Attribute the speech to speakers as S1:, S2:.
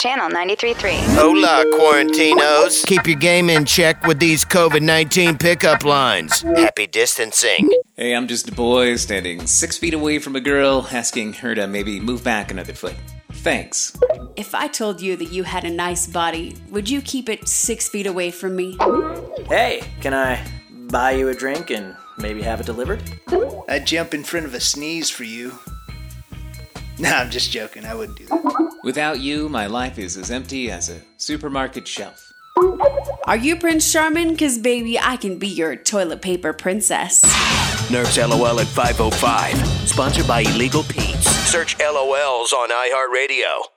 S1: Channel 93.3.
S2: Hola, Quarantinos.
S3: Keep your game in check with these COVID 19 pickup lines.
S2: Happy distancing.
S4: Hey, I'm just a boy standing six feet away from a girl, asking her to maybe move back another foot. Thanks.
S5: If I told you that you had a nice body, would you keep it six feet away from me?
S6: Hey, can I buy you a drink and maybe have it delivered?
S7: I'd jump in front of a sneeze for you. Nah, I'm just joking. I wouldn't do that.
S4: Without you, my life is as empty as a supermarket shelf.
S5: Are you Prince Charming? Because, baby, I can be your toilet paper princess.
S2: Nerf's LOL at 505. Sponsored by Illegal Pete's. Search LOLs on iHeartRadio.